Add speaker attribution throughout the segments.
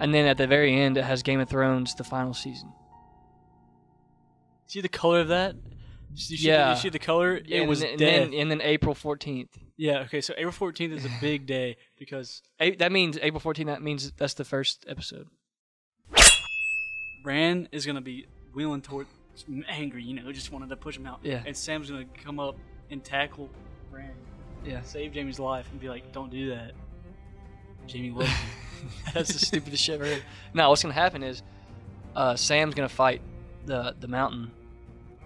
Speaker 1: And then at the very end, it has Game of Thrones, the final season.
Speaker 2: See the color of that? You see,
Speaker 1: Yeah.
Speaker 2: You see the color? It
Speaker 1: and,
Speaker 2: was
Speaker 1: and
Speaker 2: dead.
Speaker 1: then and then April 14th.
Speaker 2: yeah. Okay. So April fourteenth is a big day because
Speaker 1: A- that means April 14th. That means that's the first episode.
Speaker 2: Bran is gonna be wheeling toward angry. You know, just wanted to push him out.
Speaker 1: Yeah.
Speaker 2: And Sam's gonna come up and tackle Bran,
Speaker 1: Yeah.
Speaker 2: save Jamie's life, and be like, "Don't do that." Jamie loves you. That's the stupidest shit I've ever heard.
Speaker 1: Now what's gonna happen is, uh, Sam's gonna fight the the mountain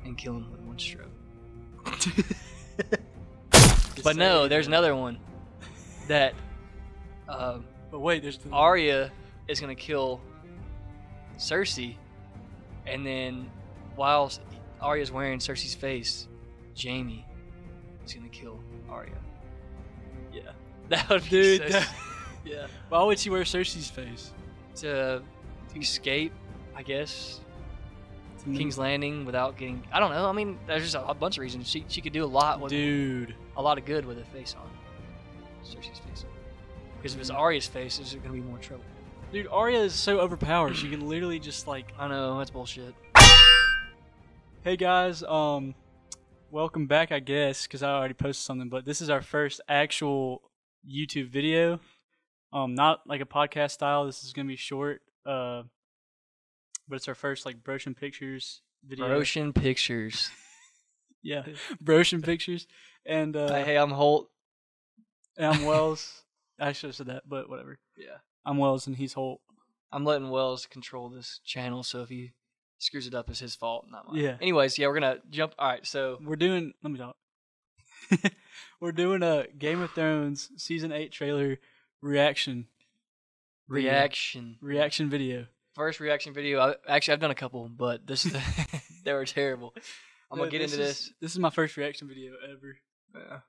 Speaker 1: and kill him with one stroke. But no, there's another one that uh,
Speaker 2: But wait, there's the,
Speaker 1: Arya is gonna kill Cersei, and then while Arya's wearing Cersei's face, Jamie is gonna kill Arya.
Speaker 2: yeah,
Speaker 1: That would be
Speaker 2: dude.
Speaker 1: so-
Speaker 2: that-
Speaker 1: yeah.
Speaker 2: why would she wear Cersei's face?
Speaker 1: To escape, I guess
Speaker 2: It's a
Speaker 1: King's Landing without getting. I don't know. I mean, there's just a, a bunch of reasons she she could do a lot with
Speaker 2: dude.
Speaker 1: a lot of good with a face on Cersei's face. Because
Speaker 2: Mm-hmm.
Speaker 1: if it's Arya's face, there's gonna be more trouble.
Speaker 2: Dude, Arya is so overpowered. She can literally just like,
Speaker 1: I know that's bullshit.
Speaker 2: hey guys, um, welcome back, I guess, because I already posted something. But this is our first actual YouTube video, um, not like a podcast style. This is gonna be short, uh, but it's our first like Broshen Pictures video.
Speaker 1: Roshan Pictures.
Speaker 2: yeah, Broshen Pictures, and uh,
Speaker 1: hey, I'm Holt.
Speaker 2: and I'm Wells. I should have said that, but whatever.
Speaker 1: Yeah.
Speaker 2: I'm Wells, and he's Holt.
Speaker 1: I'm letting Wells control this channel, so if he screws it up, it's his fault, not mine.
Speaker 2: Yeah.
Speaker 1: Anyways, yeah, we're gonna jump. All right, so
Speaker 2: We're doing. Let me talk. We're doing a Game of Thrones season eight trailer reaction video.
Speaker 1: reaction.
Speaker 2: reaction video.
Speaker 1: First reaction video. I, actually, I've done a couple, but this they were terrible. I'm gonna
Speaker 2: Uh,
Speaker 1: get into
Speaker 2: is-
Speaker 1: this.
Speaker 2: This is my first reaction video ever,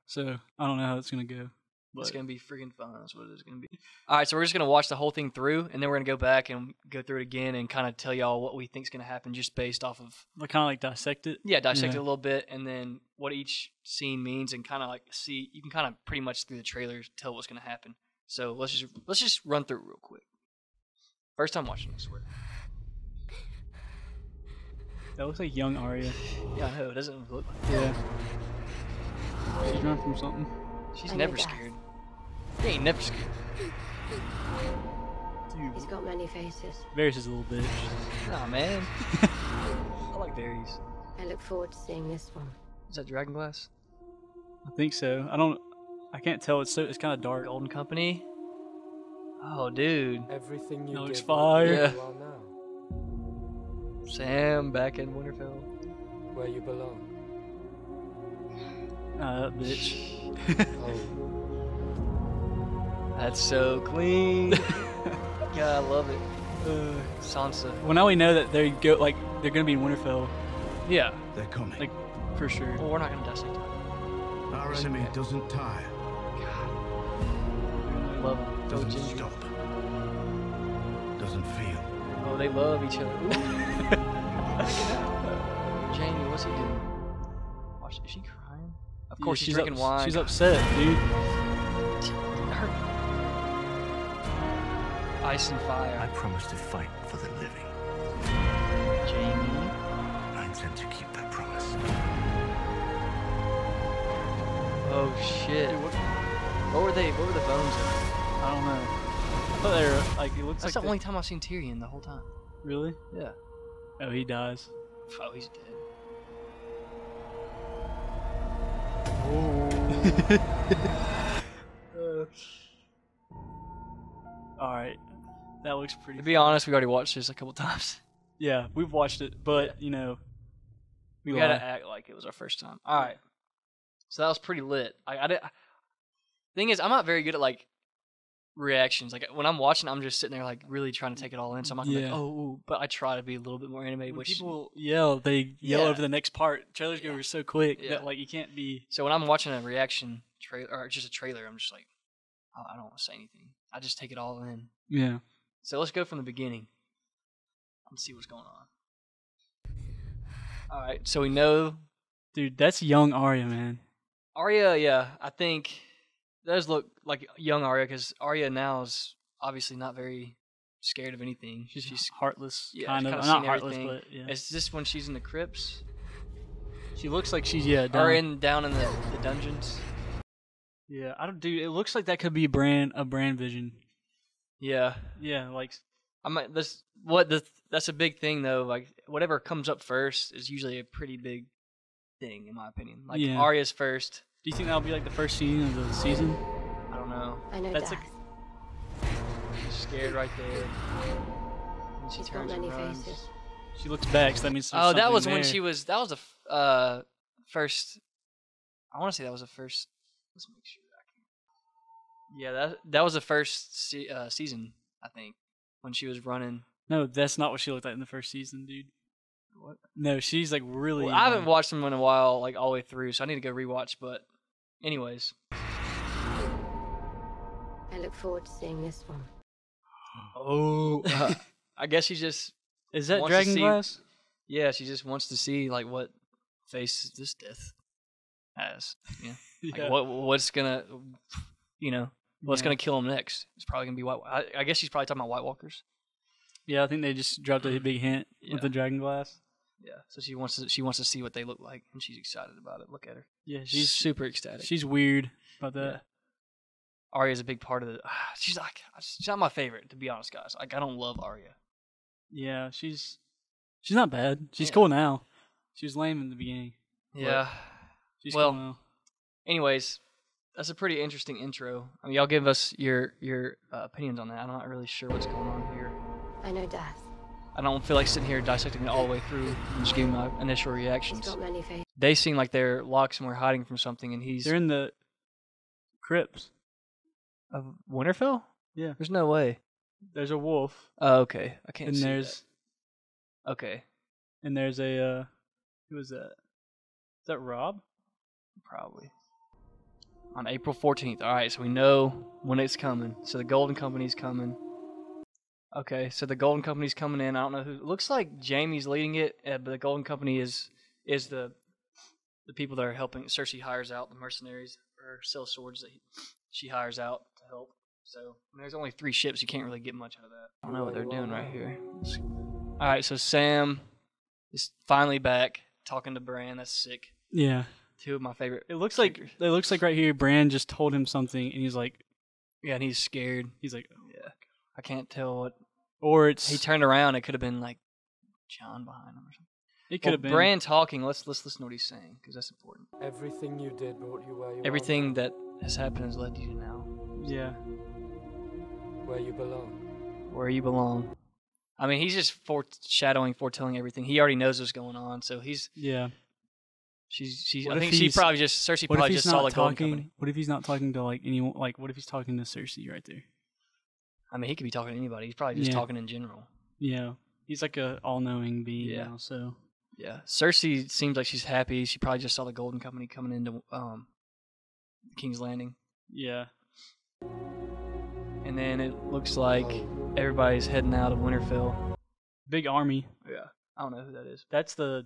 Speaker 2: so I don't know how it's gonna go. But
Speaker 1: It's gonna be freaking fun. That's what it's gonna be. All right, so we're just gonna watch the whole thing through, and then we're gonna go back and go through it again, and kind of tell y'all what we think's gonna happen, just based off of
Speaker 2: like kind of like dissect it.
Speaker 1: yeah, dissect
Speaker 2: Yeah.
Speaker 1: it a little bit, and then what each scene means, and kind of like see you can kind of pretty much through the trailers tell what's gonna happen. So let's just let's just run through it real quick. First time watching this, word.
Speaker 2: That looks like young Arya.
Speaker 1: Yeah, I know it doesn't look. like
Speaker 2: Yeah. She's running from something.
Speaker 1: She's
Speaker 3: I
Speaker 1: never
Speaker 3: like that.
Speaker 1: scared. She ain't never scared.
Speaker 3: He's
Speaker 2: Dude,
Speaker 3: got many faces.
Speaker 2: Varys is a little bitch.
Speaker 1: Nah, man. I like berries.
Speaker 3: I look forward to seeing this one.
Speaker 1: Is that Dragon Glass?
Speaker 2: I think so. I don't. I can't tell. It's so. It's kind of dark.
Speaker 1: Golden Company. Oh, dude.
Speaker 4: Everything you
Speaker 2: No,
Speaker 4: did
Speaker 2: it's
Speaker 4: will be
Speaker 1: fire.
Speaker 4: where you are now,
Speaker 1: Sam back in Winterfell.
Speaker 4: where you belong.
Speaker 2: Nah, uh, that bitch.
Speaker 4: Oh,
Speaker 1: That's so clean. yeah, I love it.
Speaker 2: Uh,
Speaker 1: Sansa.
Speaker 2: well, now we know that they go like they're gonna be in Winterfell
Speaker 1: Yeah.
Speaker 5: They're coming.
Speaker 2: Like- for sure.
Speaker 1: Well, we're not gonna dissect it.
Speaker 5: Our enemy doesn't tire,
Speaker 1: Love them.
Speaker 5: doesn't stop, doesn't feel.
Speaker 1: Oh, they love each other. Ooh. Look at that. Jamie, what's he doing? Watch, is she crying? Of
Speaker 2: Yeah,
Speaker 1: course, she's, drinking
Speaker 2: ups-
Speaker 1: wine.
Speaker 2: She's upset, dude.
Speaker 1: Her- Ice and
Speaker 5: I
Speaker 1: fire.
Speaker 5: promise to fight for the living.
Speaker 1: Jamie.
Speaker 5: I intend to keep that promise.
Speaker 1: Oh shit. What, were they? What were the bones of?
Speaker 2: I don't know. I thought they were like it looks
Speaker 1: That's
Speaker 2: like
Speaker 1: the only time I've seen Tyrion the whole time.
Speaker 2: they- really.
Speaker 1: Yeah.
Speaker 2: Oh, he dies.
Speaker 1: Oh, he's dead.
Speaker 2: Uh. All right, that looks pretty.
Speaker 1: To be honest, we already watched this a couple times.
Speaker 2: yeah, we've watched it, but you know,
Speaker 1: We,
Speaker 2: we
Speaker 1: gotta
Speaker 2: lie.
Speaker 1: act like it was our first time. All right. So that was pretty lit. I, I, did- thing is, I'm not very good at like reactions. Like when I'm watching, I'm just sitting there like really trying to take it all in. So I'm not gonna be like,
Speaker 2: Yeah.
Speaker 1: oh, ooh," but I try to be a little bit more animated.
Speaker 2: When
Speaker 1: Which
Speaker 2: people yell, they yell
Speaker 1: Yeah.
Speaker 2: over the next part. Trailers go over so quick
Speaker 1: Yeah.
Speaker 2: that like you can't be.
Speaker 1: so when I'm watching a reaction trailer or just a trailer, I'm just like, oh, I don't want to say anything. I just take it all in.
Speaker 2: Yeah.
Speaker 1: So let's go from the beginning. Let's see what's going on. All right, so we know
Speaker 2: Dude, that's young Arya, man.
Speaker 1: Arya. Yeah, I think that does look like young Arya because Arya now is obviously not very scared of anything.
Speaker 2: She's,
Speaker 1: She's
Speaker 2: heartless,
Speaker 1: yeah,
Speaker 2: kind
Speaker 1: I've
Speaker 2: of.
Speaker 1: kinda
Speaker 2: Not
Speaker 1: seen
Speaker 2: heartless,
Speaker 1: everything.
Speaker 2: but yeah.
Speaker 1: is this when she's in the crypts
Speaker 2: she looks like she's yeah. Down.
Speaker 1: or in down in the, the dungeons?
Speaker 2: yeah, I don't do. It looks like that could be brand a brand vision.
Speaker 1: Yeah,
Speaker 2: Yeah, like
Speaker 1: I might. This what the that's a big thing though. Like whatever comes up first is usually a pretty big thing in my opinion. Like
Speaker 2: Yeah.
Speaker 1: Arya's first.
Speaker 2: Do you think that'll be like the first scene of the season?
Speaker 1: I don't know.
Speaker 3: I know
Speaker 2: That's
Speaker 3: that's
Speaker 2: a-
Speaker 1: She's scared right there. And she
Speaker 3: She's got
Speaker 1: turns and
Speaker 3: many
Speaker 1: runs.
Speaker 3: faces.
Speaker 2: She looks back, so that means. there's
Speaker 1: Oh, that
Speaker 2: something
Speaker 1: was when
Speaker 2: there.
Speaker 1: she was. That was the f- uh, first. I want to say that was the first. Let's make sure. I can. Yeah, that that was the first se- uh, season, I think, when she was running.
Speaker 2: No, that's not what she looked like in the first season, dude.
Speaker 1: What?
Speaker 2: No, she's like really.
Speaker 1: Well, I haven't
Speaker 2: um,
Speaker 1: watched them in a while, like all the way through, so I need to go rewatch. But, anyways,
Speaker 3: I look forward to seeing this one.
Speaker 2: Oh,
Speaker 1: uh, I guess she just
Speaker 2: is that
Speaker 1: wants to
Speaker 2: Dragon
Speaker 1: see-
Speaker 2: Glass?
Speaker 1: yeah, she just wants to see like what face this death has. Yeah, like,
Speaker 2: Yeah.
Speaker 1: what what's gonna, you know, what's
Speaker 2: Yeah.
Speaker 1: gonna kill him next? It's probably gonna be white. I, I guess she's probably talking about White Walkers.
Speaker 2: Yeah, I think they just dropped a big hint
Speaker 1: Yeah.
Speaker 2: with the Dragon Glass.
Speaker 1: Yeah. So she wants to she wants to see what they look like, and she's excited about it. Look at her.
Speaker 2: Yeah,
Speaker 1: She's
Speaker 2: she's
Speaker 1: super ecstatic.
Speaker 2: she's weird about
Speaker 1: Yeah.
Speaker 2: that.
Speaker 1: Arya's a big part of the. ah, she's like she's not my favorite to be honest, guys. Like I don't love Arya.
Speaker 2: Yeah, she's she's not bad. She's
Speaker 1: Yeah.
Speaker 2: cool now. She was lame in the beginning.
Speaker 1: Yeah.
Speaker 2: She's
Speaker 1: Well,
Speaker 2: cool now.
Speaker 1: Anyways, that's a pretty interesting intro. I mean, y'all give us your your uh, opinions on that. I'm not really sure what's going on here.
Speaker 3: I know death.
Speaker 1: I don't feel like sitting here dissecting it all the way through and just giving my initial
Speaker 3: She's
Speaker 1: reactions.
Speaker 3: got many faces.
Speaker 1: They seem like they're locked somewhere hiding from something, and he's
Speaker 2: They're in the crypts.
Speaker 1: of Winterfell.
Speaker 2: Yeah.
Speaker 1: There's no way.
Speaker 2: There's a wolf,
Speaker 1: Oh, okay. I can't.
Speaker 2: and
Speaker 1: see that.
Speaker 2: there's
Speaker 1: okay.
Speaker 2: and there's a uh, who was that? Is that Rob?
Speaker 1: Probably. On April 14th. All right, so we know when it's coming. So the Golden Company's coming. Okay, so the Golden Company's coming in. I don't know who. It looks like Jamie's leading it, uh, but the Golden Company is is the the people that are helping. Cersei hires out the mercenaries or sells swords that he, she hires out to help. So I mean, there's only three ships. You can't really get much out of that. I don't know what they're doing right here. Let's- All right, so Sam is finally back talking to Bran. That's sick.
Speaker 2: Yeah.
Speaker 1: Two of my favorite
Speaker 2: It looks like it looks like right here. Bran just told him something, and he's like,
Speaker 1: Yeah, and he's scared.
Speaker 2: he's like,
Speaker 1: Yeah. I can't tell what
Speaker 2: or it's
Speaker 1: he turned around. It could have been like John behind him or something.
Speaker 2: it could
Speaker 1: Well,
Speaker 2: have been
Speaker 1: Bran talking. Let's let's listen to what he's saying because that's important.
Speaker 4: Everything you did brought you where you
Speaker 1: Everything that has happened has led you to now
Speaker 2: Yeah.
Speaker 4: are, where you belong.
Speaker 1: where you belong. I mean, he's just foreshadowing, foretelling everything. He already knows what's going on, so he's
Speaker 2: Yeah.
Speaker 1: she's she's.
Speaker 2: What
Speaker 1: I
Speaker 2: if
Speaker 1: think she
Speaker 2: he's-
Speaker 1: probably just Cersei
Speaker 2: What if
Speaker 1: probably
Speaker 2: he's
Speaker 1: just saw
Speaker 2: not
Speaker 1: the golden company.
Speaker 2: talking? What if he's not talking to like anyone? Like, what if he's talking to Cersei right there?
Speaker 1: I mean, he could be talking to anybody. He's probably just
Speaker 2: Yeah.
Speaker 1: talking in general.
Speaker 2: Yeah. He's like a all-knowing being
Speaker 1: Yeah.
Speaker 2: now. So
Speaker 1: Yeah, Cersei seems like she's happy. She probably just saw the golden company coming into um, King's Landing.
Speaker 2: yeah.
Speaker 1: and then it looks like
Speaker 4: Oh,
Speaker 1: everybody's heading out of Winterfell.
Speaker 2: Big army.
Speaker 1: Yeah, I don't know who that is.
Speaker 2: That's the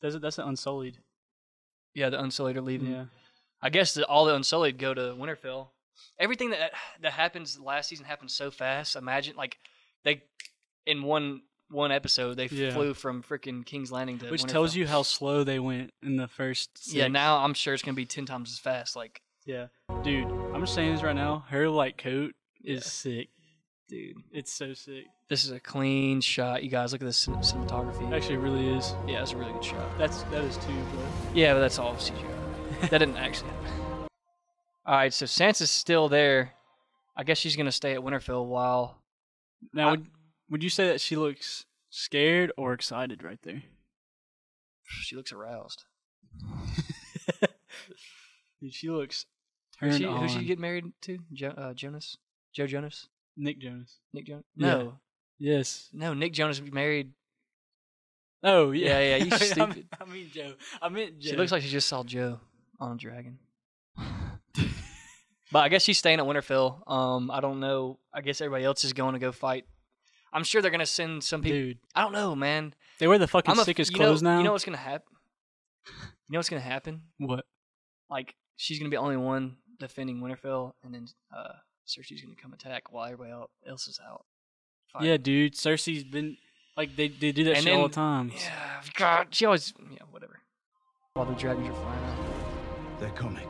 Speaker 2: that's that's the Unsullied.
Speaker 1: Yeah, the Unsullied are leaving.
Speaker 2: Yeah.
Speaker 1: I guess the, all the Unsullied go to Winterfell. Everything that that happens last season happened so fast. Imagine like they in one one episode they
Speaker 2: Yeah.
Speaker 1: flew from freaking King's Landing to
Speaker 2: Which tells
Speaker 1: Winterfell.
Speaker 2: you how slow they went in the first.
Speaker 1: Yeah,
Speaker 2: six.
Speaker 1: now I'm sure it's gonna be ten times as fast. Like,
Speaker 2: Yeah, dude. I'm just saying this right now. Her like coat is
Speaker 1: Yeah.
Speaker 2: sick.
Speaker 1: dude,
Speaker 2: It's so sick.
Speaker 1: this is a clean shot. You guys, look at this cin- cinematography.
Speaker 2: Actually, it really is.
Speaker 1: Yeah, it's a really good shot.
Speaker 2: That's that is too. But
Speaker 1: Yeah, but that's all CGI. that didn't actually happen. All right, so Sansa's still there. I guess she's gonna stay at Winterfell while
Speaker 2: now,
Speaker 1: I-
Speaker 2: would, would you say that she looks scared or excited right there?
Speaker 1: she looks aroused.
Speaker 2: Dude, she looks turned
Speaker 1: Who's she,
Speaker 2: on.
Speaker 1: who's she get married to? Jo, uh, Jonas, Joe Jonas,
Speaker 2: Nick Jonas.
Speaker 1: Nick Jonas.
Speaker 2: Yeah.
Speaker 1: No,
Speaker 2: Yes.
Speaker 1: no, Nick Jonas would be married.
Speaker 2: Oh
Speaker 1: yeah.
Speaker 2: yeah,
Speaker 1: Yeah, you
Speaker 2: I mean,
Speaker 1: stupid.
Speaker 2: I mean Joe. I meant Joe.
Speaker 1: She looks like she just saw Joe on a dragon. but I guess she's staying at Winterfell. Um, I don't know. I guess everybody else is going to go fight. I'm sure they're gonna send some people.
Speaker 2: dude.
Speaker 1: I don't know, man.
Speaker 2: They wear the fucking
Speaker 1: I'm a-
Speaker 2: sickest
Speaker 1: you know-
Speaker 2: clothes now.
Speaker 1: You know what's gonna happen? You know what's gonna happen?
Speaker 2: what?
Speaker 1: like she's gonna be the only one defending Winterfell, and then uh, Cersei's gonna come attack while everybody el- else is out. Like,
Speaker 2: yeah, dude. Cersei's been like they, they do that
Speaker 1: And
Speaker 2: shit all
Speaker 1: then-
Speaker 2: the time.
Speaker 1: Yeah, God, she always. Yeah, whatever. While the dragons are flying out.
Speaker 5: They're coming.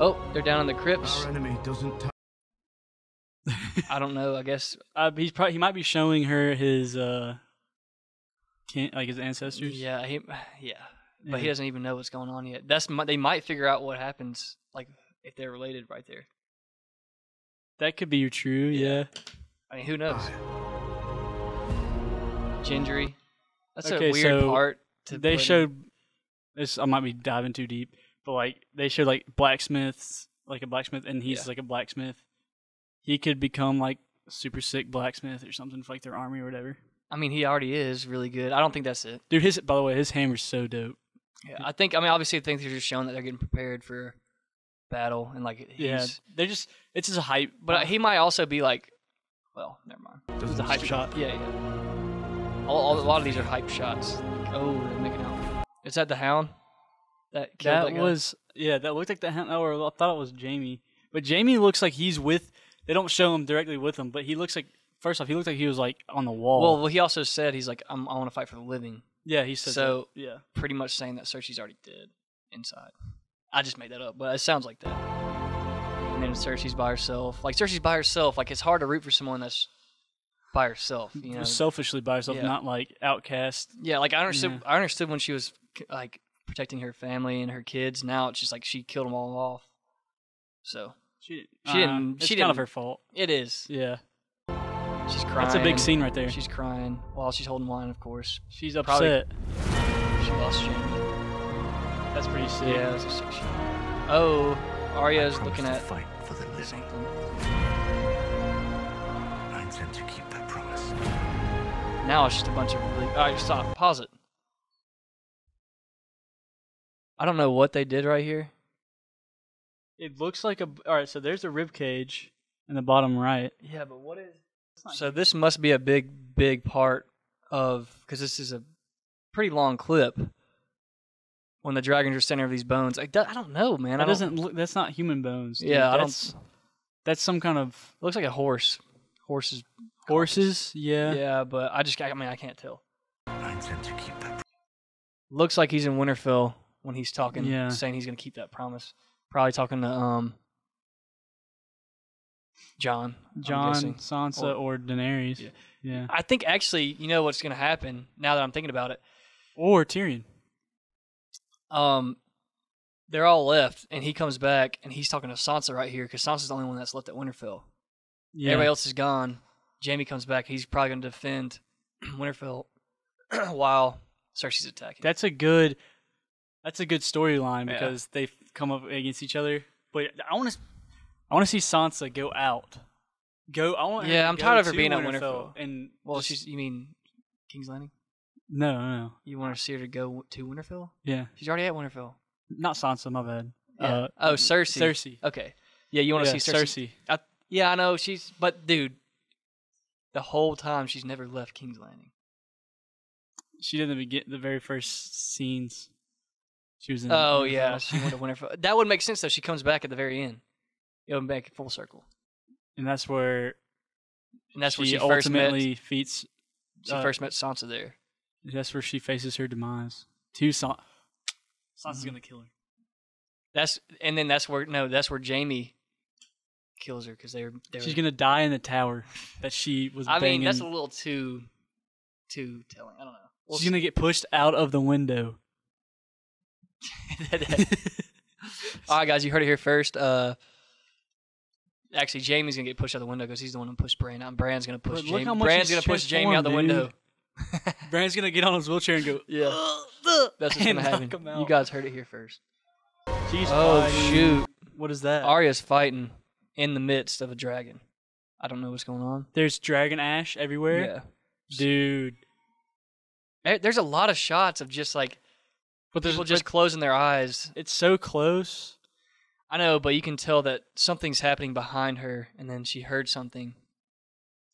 Speaker 1: Oh, they're down in the crypts.
Speaker 5: Our enemy doesn't tie.
Speaker 1: I don't know. I guess
Speaker 2: Uh, he's probably he might be showing her his uh, can like his ancestors.
Speaker 1: Yeah, he, yeah, but he
Speaker 2: Yeah.
Speaker 1: doesn't even know what's going on yet. That's mi- they might figure out what happens, like if they're related right there.
Speaker 2: that could be true. Yeah.
Speaker 1: I mean, who knows? Gingery. That's
Speaker 2: Okay,
Speaker 1: a weird
Speaker 2: so
Speaker 1: part. To
Speaker 2: they
Speaker 1: put in.
Speaker 2: showed this. I might be diving too deep, but like they showed like blacksmiths, like a blacksmith, and he's
Speaker 1: Yeah.
Speaker 2: like a blacksmith. He could become like a super sick blacksmith or something for like their army or whatever.
Speaker 1: I mean, he already is really good. I don't think that's it.
Speaker 2: Dude, his by the way, his hammer's so dope.
Speaker 1: Yeah, I think. I mean, obviously, I think they're just showing that they're getting prepared for battle and like he's.
Speaker 2: Yeah, they're just it's just a hype,
Speaker 1: But uh, he might also be like, well, never mind.
Speaker 2: it's a hype shot.
Speaker 1: Yeah, yeah. All, all, a lot of these are hype shots. Like, oh, they're making out. Is that the hound? That killed
Speaker 2: That
Speaker 1: guy?
Speaker 2: was yeah, that looked like the hand. Or I thought it was Jamie, but Jamie looks like he's with. They don't show him directly with him, but he looks like first off, he looked like he was like on the wall.
Speaker 1: Well, well, he also said he's like, I'm, I want to fight for the living,
Speaker 2: yeah, he said
Speaker 1: so-
Speaker 2: that. Yeah,
Speaker 1: pretty much saying that Cersei's already dead inside. I just made that up, but it sounds like that. And then Cersei's by herself. Like Cersei's by herself. Like it's hard to root for someone that's by herself. You know.
Speaker 2: selfishly by herself,
Speaker 1: yeah.
Speaker 2: not like outcast.
Speaker 1: yeah, like I understood. I understood when she was like protecting her family and her kids. Now it's just like she killed them all off. So
Speaker 2: She, um,
Speaker 1: She didn't-
Speaker 2: It's
Speaker 1: she
Speaker 2: kind of
Speaker 1: didn't-
Speaker 2: her fault.
Speaker 1: it is.
Speaker 2: Yeah,
Speaker 1: She's crying.
Speaker 2: that's a big scene right there.
Speaker 1: She's crying while she's holding wine, of course.
Speaker 2: she's
Speaker 1: probably-
Speaker 2: upset.
Speaker 1: She lost Jamie.
Speaker 2: that's pretty sick.
Speaker 1: Yeah, it was a six shot. Oh, Arya's
Speaker 5: I
Speaker 1: looking
Speaker 5: promise
Speaker 1: at
Speaker 5: to fight for the living.
Speaker 1: something.
Speaker 5: I intend to keep that promise.
Speaker 1: Now it's just a bunch of really. All right, stop. Pause it. I don't know what they did right here.
Speaker 2: It looks like a. All right, so there's a rib cage in the bottom right.
Speaker 1: Yeah, but what is? So this must be a big, big part of because this is a pretty long clip. When the dragons are standing over these bones, I, do- I don't know, man. I
Speaker 2: that
Speaker 1: don't-
Speaker 2: doesn't look. That's not human bones. dude.
Speaker 1: Yeah, I don't.
Speaker 2: that's, That's some kind of
Speaker 1: It looks like a horse. Horses.
Speaker 2: horses.
Speaker 1: Yeah. but I just. I mean, I can't tell.
Speaker 5: I intend to keep that.
Speaker 1: Looks like he's in Winterfell when he's talking,
Speaker 2: Yeah.
Speaker 1: saying he's gonna keep that promise. Probably talking to um. John. I'm
Speaker 2: John,
Speaker 1: guessing.
Speaker 2: Sansa, or, Daenerys.
Speaker 1: Yeah.
Speaker 2: Yeah.
Speaker 1: I think actually, you know what's going to happen now that I'm thinking about it.
Speaker 2: Or Tyrion.
Speaker 1: Um, they're all left, and he comes back, and he's talking to Sansa right here because Sansa's the only one that's left at Winterfell.
Speaker 2: Yeah.
Speaker 1: Everybody else is gone. Jamie comes back. He's probably going to defend Winterfell while Cersei's attacking.
Speaker 2: That's a good that's a good storyline
Speaker 1: Yeah.
Speaker 2: because they come up against each other. But I want to I want to see Sansa go out. Go I want
Speaker 1: Yeah, I'm
Speaker 2: go
Speaker 1: tired of her
Speaker 2: to
Speaker 1: being at Winterfell.
Speaker 2: and
Speaker 1: well,
Speaker 2: just-
Speaker 1: she's you mean King's Landing?
Speaker 2: no, no, no.
Speaker 1: You want to see her to go to Winterfell?
Speaker 2: Yeah.
Speaker 1: She's already at Winterfell.
Speaker 2: Not Sansa, my bad.
Speaker 1: Yeah.
Speaker 2: Uh,
Speaker 1: oh, Cersei.
Speaker 2: Cersei.
Speaker 1: Okay. Yeah, you want to
Speaker 2: Yeah,
Speaker 1: see Cersei? I, yeah, I know she's. But dude, the whole time she's never left King's Landing.
Speaker 2: She did the begin the very first scenes. She was in
Speaker 1: Oh
Speaker 2: Winterfell.
Speaker 1: yeah, she went to Winterfell. That would make sense though. She comes back at the very end. It would make it full circle,
Speaker 2: and that's where
Speaker 1: and that's
Speaker 2: she,
Speaker 1: where she first met.
Speaker 2: ultimately feats
Speaker 1: She
Speaker 2: uh,
Speaker 1: first met Sansa there.
Speaker 2: That's where she faces her demise. Two San- Sansa's gonna kill her.
Speaker 1: That's and then that's where no, that's where Jamie kills her because they're they're.
Speaker 2: She's gonna die in the tower that she was.
Speaker 1: I mean, that's a
Speaker 2: banging.
Speaker 1: little too, too telling. I don't know. We'll
Speaker 2: she's gonna get pushed out of the window.
Speaker 1: All right, guys, you heard it here first. Uh, actually, Jamie's gonna get pushed out the window because he's the one who pushed Bran out. and Bran's gonna push
Speaker 2: But look
Speaker 1: Jamie.
Speaker 2: how much
Speaker 1: Bran's
Speaker 2: he's
Speaker 1: gonna push Jamie out the
Speaker 2: transformed,
Speaker 1: window.
Speaker 2: Bran's gonna get on his wheelchair and go.
Speaker 1: Yeah, that's what's
Speaker 2: And
Speaker 1: gonna happen.
Speaker 2: knock him
Speaker 1: You
Speaker 2: out.
Speaker 1: guys heard it here first.
Speaker 2: She's
Speaker 1: Oh
Speaker 2: fine."
Speaker 1: shoot,
Speaker 2: What is that?
Speaker 1: Arya's fighting in the midst of a dragon. I don't know what's going on.
Speaker 2: There's dragon ash everywhere, dude.
Speaker 1: Yeah, Eh, there's a lot of shots of just like
Speaker 2: But there's
Speaker 1: people just closing their eyes.
Speaker 2: it's so close.
Speaker 1: I know, but you can tell that something's happening behind her, and then she heard something.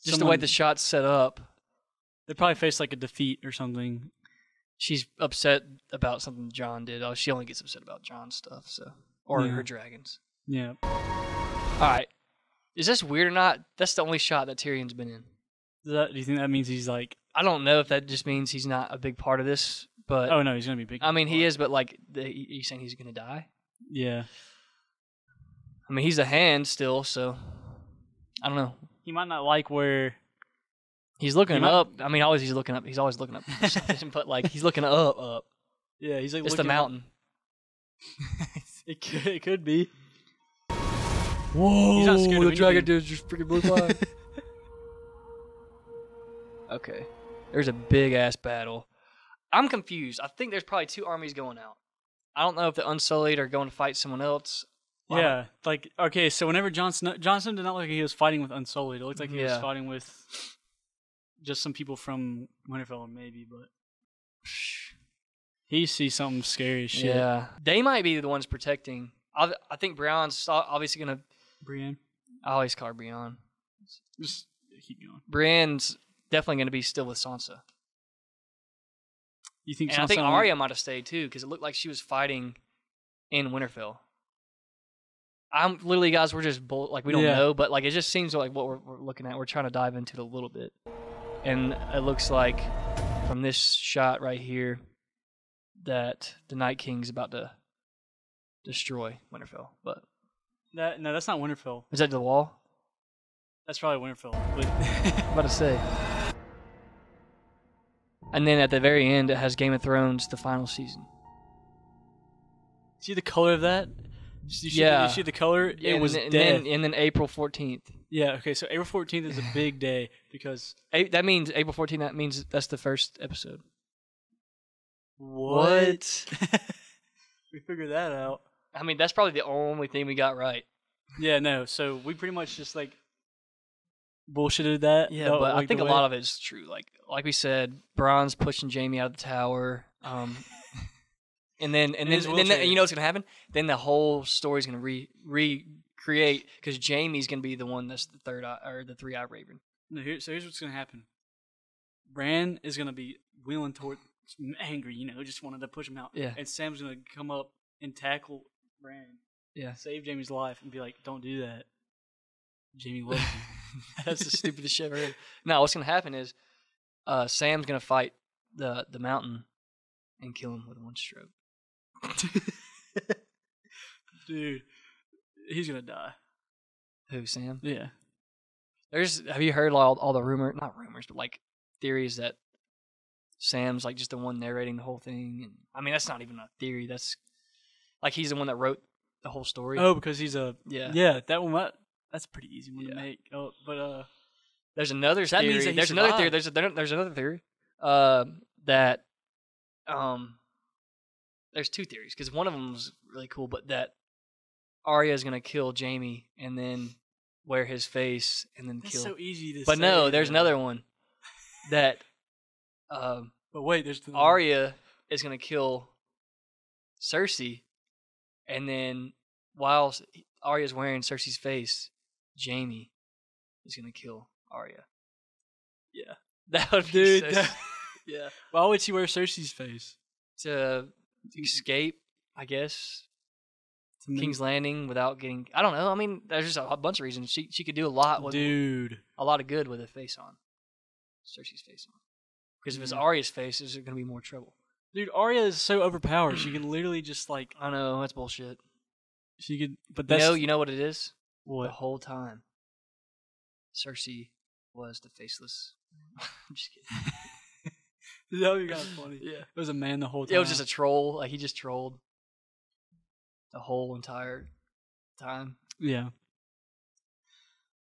Speaker 1: Just the way
Speaker 2: Someone-
Speaker 1: the shot's set up,
Speaker 2: They probably faced like a defeat or something.
Speaker 1: she's upset about something John did. Oh, she only gets upset about John's stuff, so or
Speaker 2: Yeah.
Speaker 1: her dragons.
Speaker 2: Yeah,
Speaker 1: All right, Is this weird or not? That's the only shot that Tyrion's been in.
Speaker 2: Does that, do you think that means he's like?
Speaker 1: I don't know if that just means he's not a big part of this, but
Speaker 2: Oh no, he's gonna be big.
Speaker 1: I mean he is. But like, the, are you saying he's gonna die?
Speaker 2: Yeah,
Speaker 1: I mean he's a hand still, so I don't know.
Speaker 2: he might not like where.
Speaker 1: He's looking
Speaker 2: He might-
Speaker 1: up. I mean, always he's looking up. He's always looking up, but like he's looking up, up.
Speaker 2: Yeah, he's like
Speaker 1: It's the
Speaker 2: looking up-
Speaker 1: mountain.
Speaker 2: It could, it could be.
Speaker 1: Whoa!
Speaker 2: not scared of
Speaker 1: the dragon
Speaker 2: anything.
Speaker 1: dude just freaking blew by. okay, there's a big ass battle. I'm confused. I think there's probably two armies going out. I don't know if the Unsullied are going to fight someone else. Wow.
Speaker 2: Yeah, like okay, so whenever Johnson Johnson did not look like he was fighting with Unsullied, it looked like he was
Speaker 1: Yeah.
Speaker 2: fighting with just some people from Winterfell, maybe. But he sees something scary. as Shit.
Speaker 1: Yeah, they might be the ones protecting. I, I think Brion's o- obviously gonna.
Speaker 2: Brienne,
Speaker 1: I always call her Brion.
Speaker 2: just keep going.
Speaker 1: Brienne's definitely gonna be still with Sansa.
Speaker 2: You think?
Speaker 1: And I think
Speaker 2: Sansa-
Speaker 1: Arya might have stayed too because it looked like she was fighting in Winterfell. I'm literally, guys, we're just bull- like we don't
Speaker 2: Yeah.
Speaker 1: know, but like it just seems like what we're, we're looking at. We're trying to dive into it a little bit, and it looks like from this shot right here that the Night King's about to destroy Winterfell. But
Speaker 2: That, no, that's not Winterfell.
Speaker 1: is that the wall?
Speaker 2: That's probably Winterfell. But
Speaker 1: I'm about to say. And then at the very end, it has Game of Thrones, the final season.
Speaker 2: see the color of that. You see,
Speaker 1: Yeah.
Speaker 2: You see the color. it
Speaker 1: and,
Speaker 2: was
Speaker 1: and
Speaker 2: dead.
Speaker 1: then, and then April 14th.
Speaker 2: yeah. Okay. So April fourteenth is a big day because
Speaker 1: A- that means April 14th. That means that's the first episode.
Speaker 2: what? we figured that out.
Speaker 1: I mean, that's probably the only thing we got right.
Speaker 2: Yeah, no. So we pretty much just like bullshitted that.
Speaker 1: but I think a lot of it's true. Like, like we said, Bron's pushing Jamie out of the tower. Um, and then, and then,
Speaker 2: In his
Speaker 1: and then
Speaker 2: wheelchair.
Speaker 1: you know what's gonna happen? Then the whole story's gonna re recreate because Jamie's gonna be the one that's the third eye or the three eye raven.
Speaker 2: No, here, so here's what's gonna happen. Bran is gonna be wheeling toward angry, you know, just wanted to push him out.
Speaker 1: Yeah.
Speaker 2: And Sam's gonna come up and tackle Bran,
Speaker 1: Yeah,
Speaker 2: save Jamie's life, and be like, "Don't do that." Jamie loves you.
Speaker 1: that's the stupidest shit I've ever heard. No, what's gonna happen is uh, Sam's gonna fight the the mountain and kill him with one stroke.
Speaker 2: dude. He's gonna die.
Speaker 1: Who Sam?
Speaker 2: Yeah.
Speaker 1: There's have you heard all all the rumor not rumors but like theories that Sam's like just the one narrating the whole thing and I mean that's not even a theory that's like he's the one that wrote the whole story.
Speaker 2: Oh, because he's a
Speaker 1: yeah.
Speaker 2: yeah. That one. That, that's a pretty easy one
Speaker 1: Yeah.
Speaker 2: to make. Oh, but uh,
Speaker 1: There's another
Speaker 2: That
Speaker 1: theory.
Speaker 2: means that he
Speaker 1: there's another theory.
Speaker 2: survived.
Speaker 1: There's a, there- there's another theory uh, that um there's two theories because one of them's really cool, but that Arya's gonna kill Jamie and then wear his face and then
Speaker 2: that's
Speaker 1: kill.
Speaker 2: so easy to.
Speaker 1: but no,
Speaker 2: say,
Speaker 1: there's
Speaker 2: though.
Speaker 1: another one that um
Speaker 2: But wait, there's the
Speaker 1: Arya is gonna kill Cersei, and then while S- Arya's wearing Cersei's face, Jamie is gonna kill Arya. Yeah, that would be
Speaker 2: dude.
Speaker 1: so
Speaker 2: that-
Speaker 1: s- yeah,
Speaker 2: why would she wear Cersei's face?
Speaker 1: to
Speaker 2: Mm.
Speaker 1: escape, I guess
Speaker 2: To make-
Speaker 1: King's Landing without getting. I don't know. I mean, there's just a whole bunch of reasons she she could do a lot with
Speaker 2: dude.
Speaker 1: a lot of good with a face on, Cersei's face on. Because if it's
Speaker 2: Yeah.
Speaker 1: Arya's face, there's gonna be more trouble.
Speaker 2: Dude, Arya is so overpowered. She can literally just like
Speaker 1: I know that's bullshit.
Speaker 2: she could. But
Speaker 1: You
Speaker 2: that's
Speaker 1: know, you know what it is. the
Speaker 2: what?
Speaker 1: whole time. Cersei was the faceless. I'm just kidding.
Speaker 2: That would be kind of funny.
Speaker 1: Yeah.
Speaker 2: It was a man the whole time.
Speaker 1: Oh. It was just a troll. Like he just trolled the whole entire time.
Speaker 2: yeah.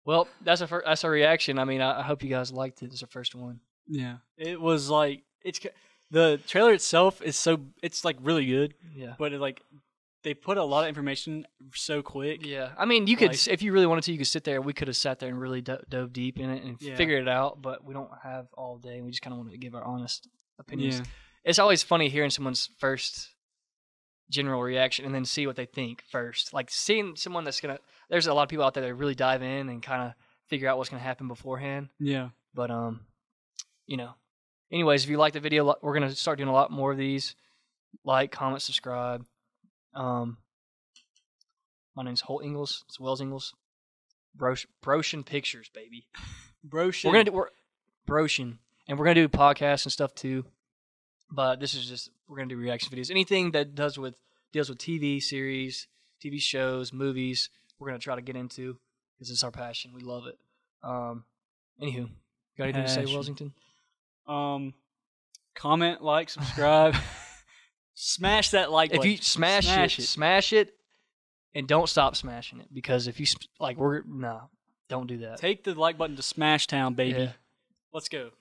Speaker 1: Well, that's a fir- that's our reaction. I mean, I, I hope you guys liked it. It's our first one.
Speaker 2: Yeah. It was like it's ca- the trailer itself is so it's like really good,
Speaker 1: Yeah.
Speaker 2: but it, like they put a lot of information so quick.
Speaker 1: Yeah. I mean, you could
Speaker 2: Like-
Speaker 1: s if you really wanted to, you could sit there. We could have sat there and really do- dove deep in it and
Speaker 2: Yeah.
Speaker 1: figure it out. But we don't have all day. We just kind of wanted to give our honest opinions.
Speaker 2: Yeah.
Speaker 1: it's always funny hearing someone's first general reaction and then see what they think first. Like seeing someone that's gonna. There's a lot of people out there that really dive in and kind of figure out what's gonna happen beforehand.
Speaker 2: Yeah.
Speaker 1: But um, you know. Anyways, if you like the video, lo- we're gonna start doing a lot more of these. Like, comment, subscribe. Um, my name's Holt Ingles. It's Wells Ingles. Brosh, Broshin Pictures, baby.
Speaker 2: Broshin.
Speaker 1: We're gonna do we're, Broshin, and we're gonna do podcasts and stuff too. But this is just we're gonna do reaction videos. Anything that does with deals with TV series, TV shows, movies, we're gonna try to get into because it's our passion. We love it. Um, anywho, got anything to say,
Speaker 2: Passion.
Speaker 1: Wellington?
Speaker 2: um, comment, like, subscribe, smash that like.
Speaker 1: if
Speaker 2: button.
Speaker 1: you smash,
Speaker 2: smash
Speaker 1: it,
Speaker 2: it.
Speaker 1: smash it, and don't stop smashing it because if you sp- like, we're nah, don't do that.
Speaker 2: take the like button to Smash Town, baby.
Speaker 1: Yeah.
Speaker 2: Let's go.